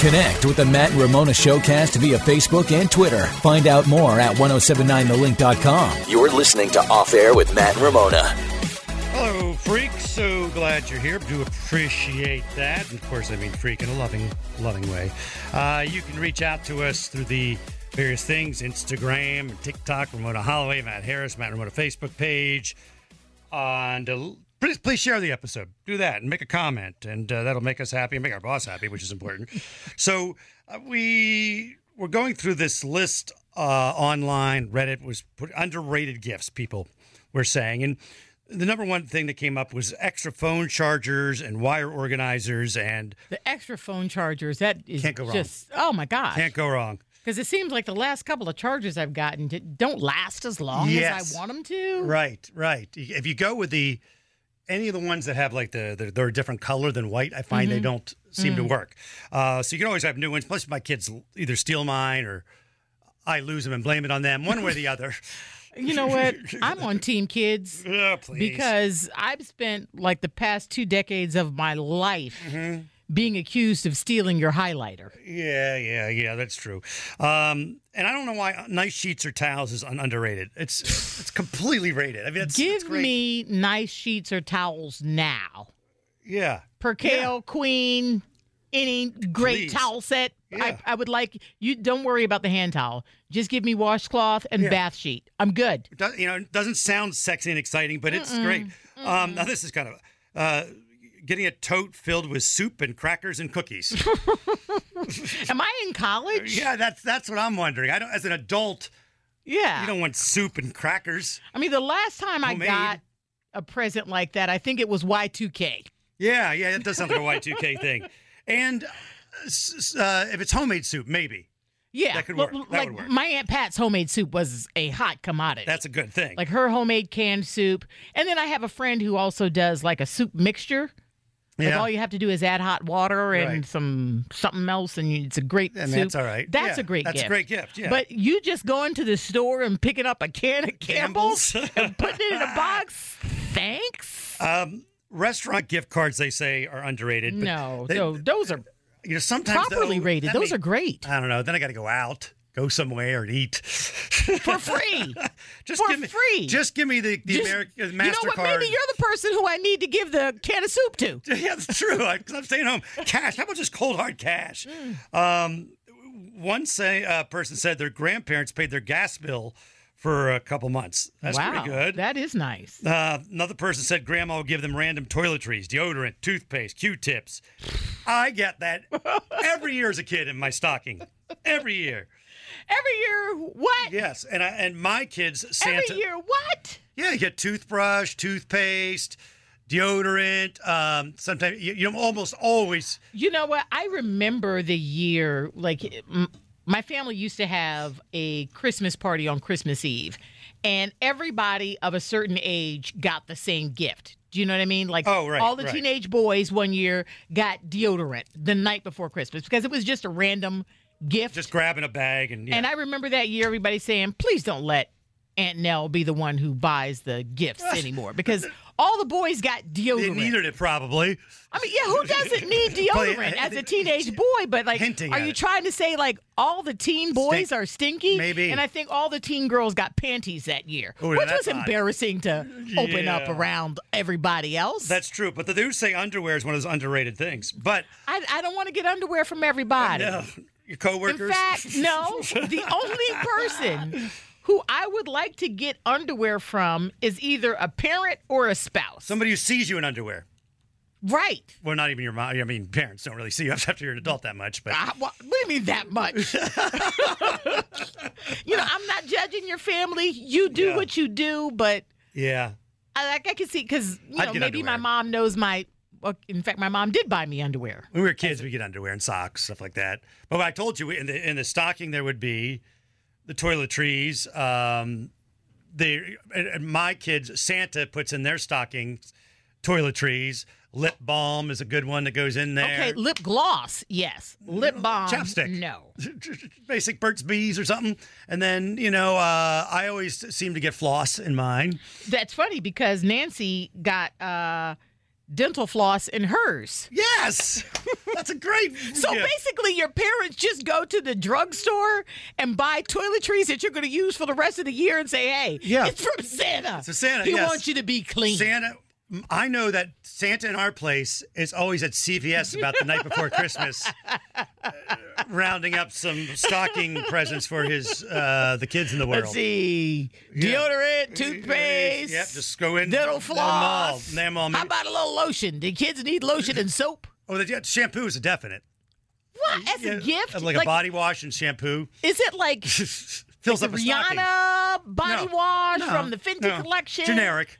Connect with the Matt and Ramona Showcast via Facebook and Twitter. Find out more at 1079thelink.com. You're listening to Off Air with Matt and Ramona. Hello, freaks. So glad you're here. Do appreciate that. And of course, I mean freak in a loving, loving way. Uh, you can reach out to us through the various things Instagram, and TikTok, Ramona Holloway, Matt Harris, Matt Ramona Facebook page. And uh, please, please share the episode. Do that and make a comment. And uh, that'll make us happy and make our boss happy, which is important. so uh, we we're going through this list uh, online. Reddit was put underrated gifts, people were saying. And the number one thing that came up was extra phone chargers and wire organizers and The extra phone chargers, that is Can't go wrong. just, oh my gosh. can't go wrong. Because it seems like the last couple of chargers I've gotten di- don't last as long Yes. as I want them to. Right, right. If you go with the any of the ones that have like the they're, they're a different color than white, I find Mm-hmm. they don't seem Mm. to work. Uh, so you can always have new ones. Plus, my kids either steal mine or I lose them and blame it on them, one way or the other. You know what? I'm on Team Kids Ugh, Oh, please. because I've spent like the past two decades of my life Mm-hmm. being accused of stealing your highlighter. yeah, yeah, yeah, that's true. Um, and I don't know why nice sheets or towels is un- underrated. It's it's completely rated. I mean, it's, it's Give great. me nice sheets or towels now. yeah. Percale Queen, any great Please. towel set. Yeah. I, I would like you. Don't worry about the hand towel. Just give me washcloth and bath sheet. I'm good. It does, you know, it doesn't sound sexy and exciting, but it's great. Um, now this is kind of uh, getting a tote filled with soup and crackers and cookies. Am I in college? yeah, that's that's what I'm wondering. I don't, as an adult, Yeah. you don't want soup and crackers. I mean, the last time Homemade. I got a present like that, I think it was Y2K. Yeah, yeah, that does sound like a Y2K thing. And uh, s- s- uh, if it's homemade soup, maybe Yeah. That could L- work. l- That like would work. my Aunt Pat's homemade soup was a hot commodity. that's a good thing. like her homemade canned soup. And then I have a friend who also does like a soup mixture. Like yeah, all you have to do is add hot water and Right. some something else, and you, it's a great and soup. that's all right. That's Yeah, a great That's gift. a great gift. Yeah, But you just going to the store and picking up a can of Campbell's, Campbell's. and putting it in a box. Thanks. um, restaurant gift cards they say are underrated. but no, they- no, those are you know sometimes properly though, rated. that Those may- are great I don't know. Then I got to go out, go somewhere and eat. for free. just for give me, free. Just give me the the Just- American you Mastercard. know what? Maybe you're the person who I need to give the can of soup to. yeah, that's true. I, am staying home. Cash. How about just cold hard cash? Mm. Um, one say uh, person said their grandparents paid their gas bill for a couple months. That's wow, pretty good. that is nice. uh, another person said grandma would give them random toiletries, deodorant, toothpaste, Q-tips. I get that every year as a kid in my stocking. Every year, Every year, what? yes, and I, and my kids Santa. Every year, what? Yeah, you get toothbrush, toothpaste, deodorant. Um, sometimes you, you almost always. You know what? I remember the year, like, m- my family used to have a Christmas party on Christmas Eve, and everybody of a certain age got the same gift. Do you know what I mean? Like, Oh, right, all the right. teenage boys one year got deodorant the night before Christmas because it was just a random gift. Just grabbing a bag and yeah. And I remember that year, everybody saying, please don't let Aunt Nell be the one who buys the gifts anymore because all the boys got they deodorant. needed it probably. I mean, yeah, who doesn't need Play- deodorant as a teenage boy? But like, uh, Hinting are at you it. trying to say like all the teen boys Stink. are stinky? Maybe. And I think all the teen girls got panties that year, Ooh, now which that's was odd. embarrassing to open up Yeah. around everybody else. That's true, but they do say underwear is one of those underrated things. But I, I don't want to get underwear from everybody. uh, your In coworkers, fact, no. The only person who I would like to get underwear from is either a parent or a spouse. somebody who sees you in underwear. right. Well, not even your mom. I mean, parents don't really see you after you're an adult that much. But I, what, what do you mean that much? you know, I'm not judging your family. You do Yeah. what you do, but yeah, I, like I can see because you I'd know get maybe my underwear. mom knows my uh, in fact, my mom did buy me underwear. When we were kids, we get underwear and socks, stuff like that. But I told you in the in the stocking there would be the toiletries. Um, they and- and my kids Santa puts in their stockings toiletries. Lip balm is a good one that goes in there. Okay, lip gloss, yes. Lip balm, Chapstick. no. basic Burt's Bees or something. And then you know uh, I always seem to get floss in mine. That's funny because Nancy got uh, dental floss in hers. Yes, that's a great. So gift. basically, your parents just go to the drugstore and buy toiletries that you're going to use for the rest of the year and say, hey, Yeah. it's from Santa. It's from Santa, He yes. wants you to be clean. Santa. I know that Santa in our place is always at CVS about the night before Christmas, uh, rounding up some stocking presents for his uh, the kids in the world. Let's see. Deodorant, toothpaste. Yep, just go in. dental Name 'em all. floss. Name 'em all. How about a little lotion? Do kids need lotion and soap? Oh, the, yeah, shampoo is a definite. What? As Yeah, a gift? Like, a body wash and shampoo Is it like fills up a stocking. Rihanna body No, wash no, from the Fenty no. collection? Generic.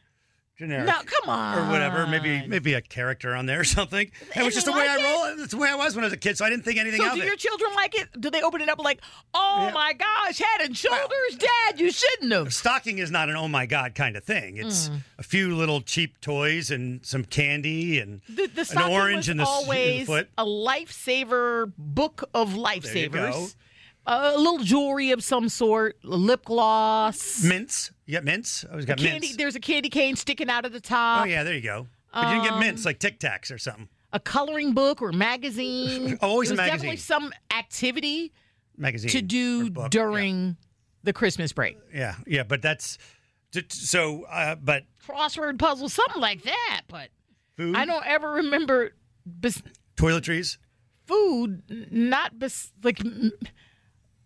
Generic. No, come on. or whatever. Maybe maybe a character on there or something. That was Is just it the way like I roll. That's the way I was when I was a kid, so I didn't think anything So of do it. your children like it? Do they open it up like, oh Yeah. my gosh, head and shoulders, Dad, you shouldn't have. Stocking is not an oh my god kind of thing. It's Mm. a few little cheap toys and some candy and The, the an stocking orange was in the, s- in the always foot. a lifesaver book of lifesavers. you go. A little jewelry of some sort, lip gloss, Mints. You got mints? I always got candy. mints. There's a candy cane sticking out of the top. Oh yeah, there you go. But you didn't get Um, mints like Tic Tacs or something. A coloring book or magazine. Oh, always a There was magazine. Definitely some activity Magazine to or do book. during the Christmas break. Yeah, yeah, yeah, but that's t- t- so. Uh, but Crossword puzzle, something like that. But food, I don't ever remember bes- toiletries. food n- not bes- like m-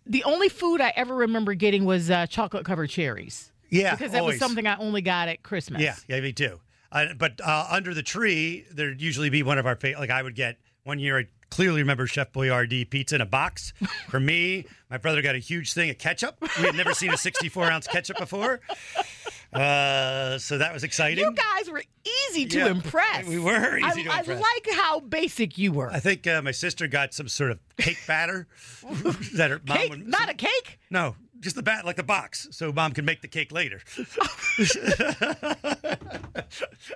the only food I ever remember getting was uh, chocolate covered cherries Yeah, because that always. was something I only got at Christmas. Yeah, yeah, me too. Uh, but uh, under the tree, there'd usually be one of our favorite. Like I would get one year. I clearly remember Chef Boyardee pizza in a box for me. My brother got a huge thing of ketchup. We had never seen a 64 ounce ketchup before, uh, so that was exciting. You guys were easy to Yeah, impress. we were easy I, to I impress. like how basic you were. I think uh, my sister got some sort of cake batter that her mom Cake? would Not a cake. no, just the bat like the box, so mom could make the cake later.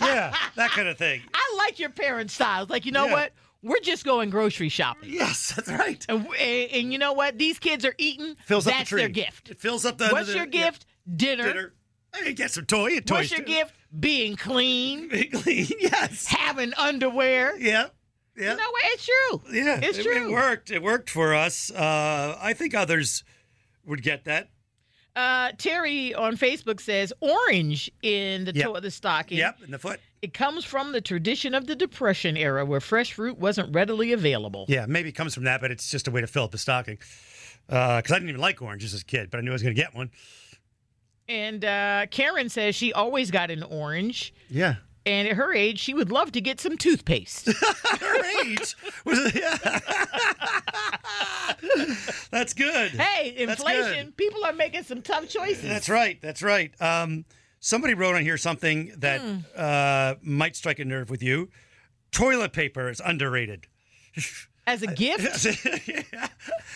yeah, that kind of thing. I like your parents' styles. Like you know Yeah. what? We're just going grocery shopping. Yes, that's right. And, w- and, and you know what? These kids are eating. fills That's up the tree. their gift. It fills up the. What's the- your yeah, gift? Dinner. dinner. Hey, get some toy. toys What's your too. gift? Being clean. Big lean, yes. Having underwear. Yeah. Yeah. You know what? It's true. yeah. it's it, true. It worked. It worked for us. Uh, I think others would get that. Uh, Terry on Facebook says orange in the Yep. toe of the stocking. Yep. In the foot. It comes from the tradition of the Depression era where fresh fruit wasn't readily available. Yeah. Maybe it comes from that, but it's just a way to fill up the stocking. Because I didn't even like oranges as a kid, but I knew I was going to get one. And uh, Karen says she always got an orange. Yeah. And at her age, she would love to get some toothpaste. Her age was. Yeah. That's good. hey, That's good. inflation, people are making some tough choices. That's right. That's right. Um, somebody wrote on here something that Hmm. uh, might strike a nerve with you. Toilet paper is underrated. As a gift, yeah.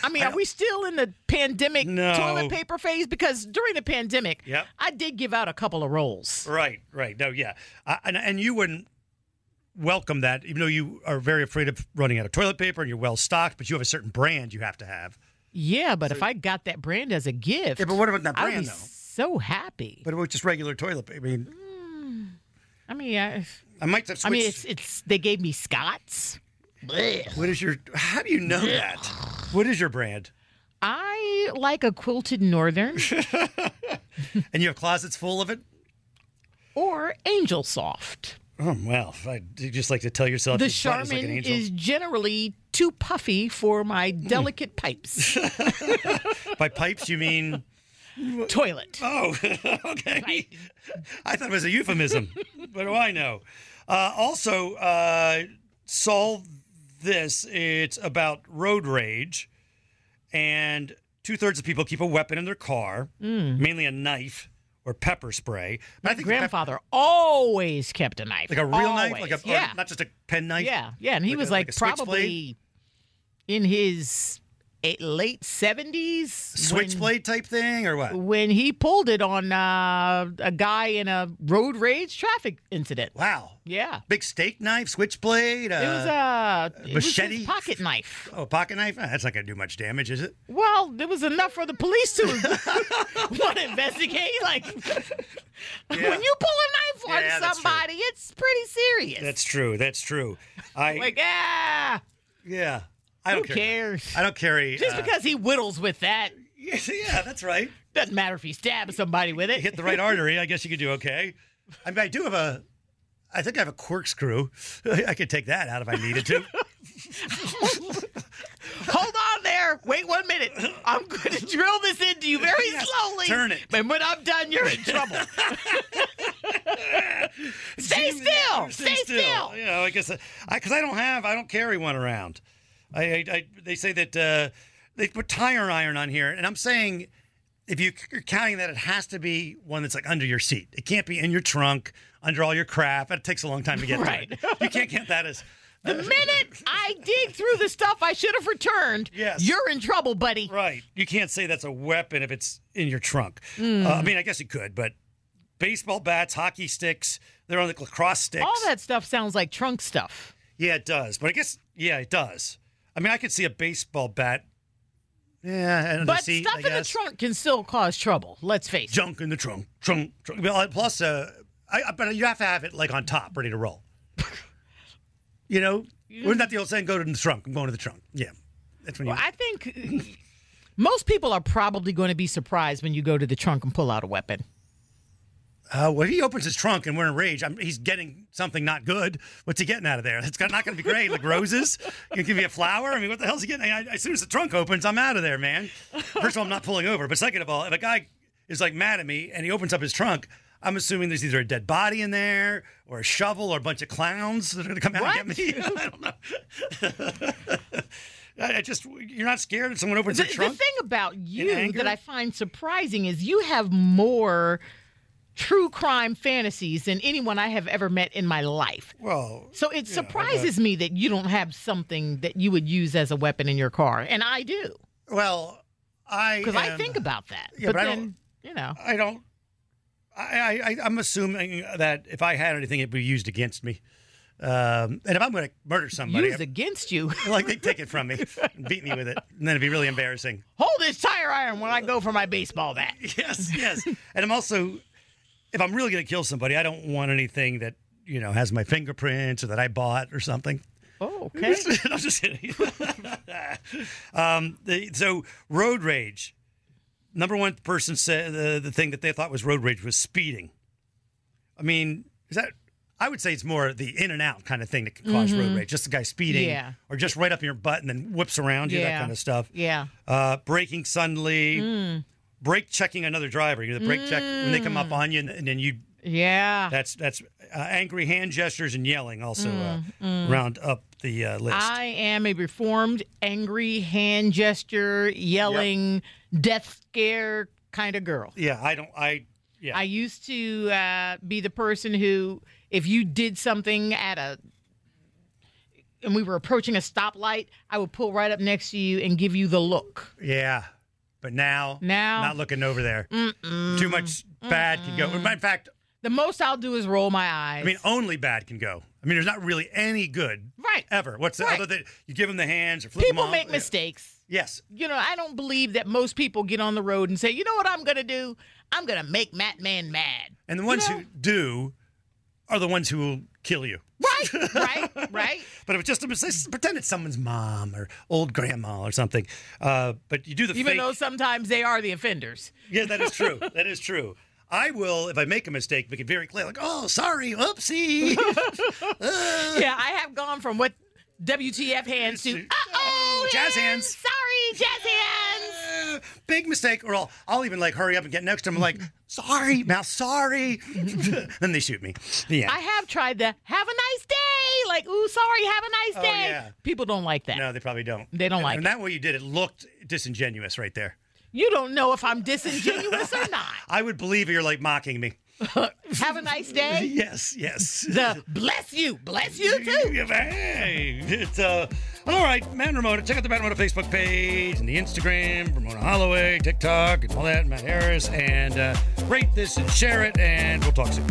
I mean, are we still in the pandemic No. toilet paper phase? Because during the pandemic, Yep. I did give out a couple of rolls. Right. Right. No. Yeah. I, and and you wouldn't welcome that, even though you are very afraid of running out of toilet paper and you're well stocked, but you have a certain brand you have to have. Yeah, but if I got that brand as a gift, what about that I'd be so happy. But with just regular toilet paper. I mean, I mean, I, I might have switched. I mean, it's it's they gave me Scotts. Blech. what is your? How do you know that? What is your brand? I like a quilted northern And you have closets full of it. or Angel Soft. Oh well, I you just like to tell yourself The your butt is Charmin like an angel. Mm. is generally too puffy for my delicate pipes. By pipes, you mean? Toilet. Oh, okay. I thought it was a euphemism. what do I know? Uh, also, uh, solve this. It's about road rage, and two thirds of people keep a weapon in their car, mainly a knife or pepper spray. But I think pep- Mm. Grandfather always kept a knife. like a real knife, Always. like a or yeah. not just a pen knife. yeah, yeah, and he like was a- like, like a switchblade? probably in his eight, late seventies. switchblade type thing or what? when he pulled it on uh, a guy in a road rage traffic incident. Wow. Yeah, Big steak knife, switchblade. Uh, it was uh, it was his machete? pocket knife. oh, pocket knife. Ah, That's not gonna do much damage, is it? Well, there was enough for the police to want to investigate. Like when you pull a knife Yeah, on that's true. somebody, it's pretty serious. That's true. That's true. I like ah, yeah. I who don't care. cares? I don't carry. Just uh, because he whittles with that yeah, that's right. doesn't matter if he stabs somebody with it. hit the right artery, I guess you could do okay. I mean, I do have a. I think I have a corkscrew. I could take that out if I needed to. Hold on there. Wait one minute. I'm going to drill this into you very slowly. turn it. But when I'm done, you're in trouble. Stay Jimmy, still. stay Stay still. You know, I guess I because I, don't have. I don't carry one around. I, I, I they say that uh, they put tire iron on here, and I'm saying if you- you're counting that, it has to be one that's like under your seat. It can't be in your trunk under all your crap. That takes a long time to get Right. to it. You can't count that as. The minute I dig through the stuff I should have returned, Yes. you're in trouble, buddy. Right. You can't say that's a weapon if it's in your trunk. Uh, Hmm. I mean, I guess you could, but baseball bats, hockey sticks, they're on the lacrosse sticks. All that stuff sounds like trunk stuff. Yeah, it does. But I guess, yeah, it does. I mean, I could see a baseball bat. Yeah, and But the seat, stuff I in the guess. trunk can still cause trouble, let's face it. Junk in the trunk. Trunk. trunk. Well, Plus, uh, I, I- but you have to have it like on top, ready to roll. you know, wasn't that the old saying? Go to the trunk. I'm going to the trunk. Yeah, that's when you. I think most people are probably going to be surprised when you go to the trunk and pull out a weapon. Uh, well, if he opens his trunk and we're in rage, I'm, he's getting something not good. What's he getting out of there? It's not going to be great. Like roses? It could be a flower? I mean, what the hell's he getting? I, as soon as the trunk opens, I'm out of there, man. First of all, I'm not pulling over. But second of all, if a guy is like mad at me and he opens up his trunk, I'm assuming there's either a dead body in there or a shovel or a bunch of clowns that are going to come out and What? get me. I don't know. I I just, you're not scared if someone opens The, your the trunk? thing about you anger? that I find surprising is you have more true crime fantasies than anyone I have ever met in my life. well, So it surprises me that you don't have something that you would use as a weapon in your car, and I do well, I. because I am- think about that. Yeah, but I then you know, I don't. I, I I'm assuming that if I had anything, it'd be used against me. Um, and if I'm going to murder somebody, used against you. like they take it from me, and beat me with it, and then it'd be really embarrassing. Hold this tire iron when I go for my baseball bat. Yes, yes. and I'm also, if I'm really going to kill somebody, I don't want anything that you know has my fingerprints or that I bought or something. Oh, okay. I'm just kidding. um, the, so road rage. Number one person said the, the thing that they thought was road rage was speeding. I mean, is that? I would say it's more the in and out kind of thing that can because road rage. Just the guy speeding, Mm-hmm. Yeah. or just right up in your butt and then whips around you, that Yeah. kind of stuff. Yeah. Uh, braking suddenly, Mm. brake checking another driver. You know, the brake check when they come up on you, and, and then you Yeah. that's that's uh, angry hand gestures and yelling also Mm, uh, round up the uh, list. I am a reformed, angry, hand gesture, yelling, death scare kind of girl. Yeah, I don't. I yeah. I used to uh, be the person who, if you did something at a, and we were approaching a stoplight, I would pull right up next to you and give you the look. yeah, but now Now- not looking over there. Too much bad can go. In fact, The most I'll do is roll my eyes. I mean only bad can go. I mean, there's not really any good Right. ever. What's the Right. other that you give them the hands or flip them people off? make Yeah. mistakes. Yes, You know, I don't believe that most people get on the road and say, you know what I'm going to do? I'm going to make Matt Man mad. and the ones who do are the ones who will kill you. Right, right, right. But if it's just a mistake, pretend it's someone's mom or old grandma or something. Uh, but you do the Even fake- though sometimes they are the offenders. Yeah, that is true. that is true. I will, if I make a mistake, make it very clear, like, oh, sorry, oopsie. yeah, I have gone from what WTF hands to oh jazz hands. Sorry, jazz hands. Uh, big mistake. Or I'll, I'll even like hurry up and get next to him, like, sorry, now sorry. then they shoot me. The end. I have tried the have a nice day. Like, ooh, sorry, have a nice day. Oh, yeah. People don't like that. no, they probably don't. They don't like And that way you did it looked disingenuous right there. You don't know if I'm disingenuous or not. I would believe you're like mocking me. Have a nice day. Yes, yes. The bless you, bless you too. Hey, it's uh, all right, Matt and Ramona. Check out the Matt and Ramona Facebook page and the Instagram, Ramona Holloway, TikTok, and all that. Matt Harris, and uh, rate this and share it, and we'll talk soon.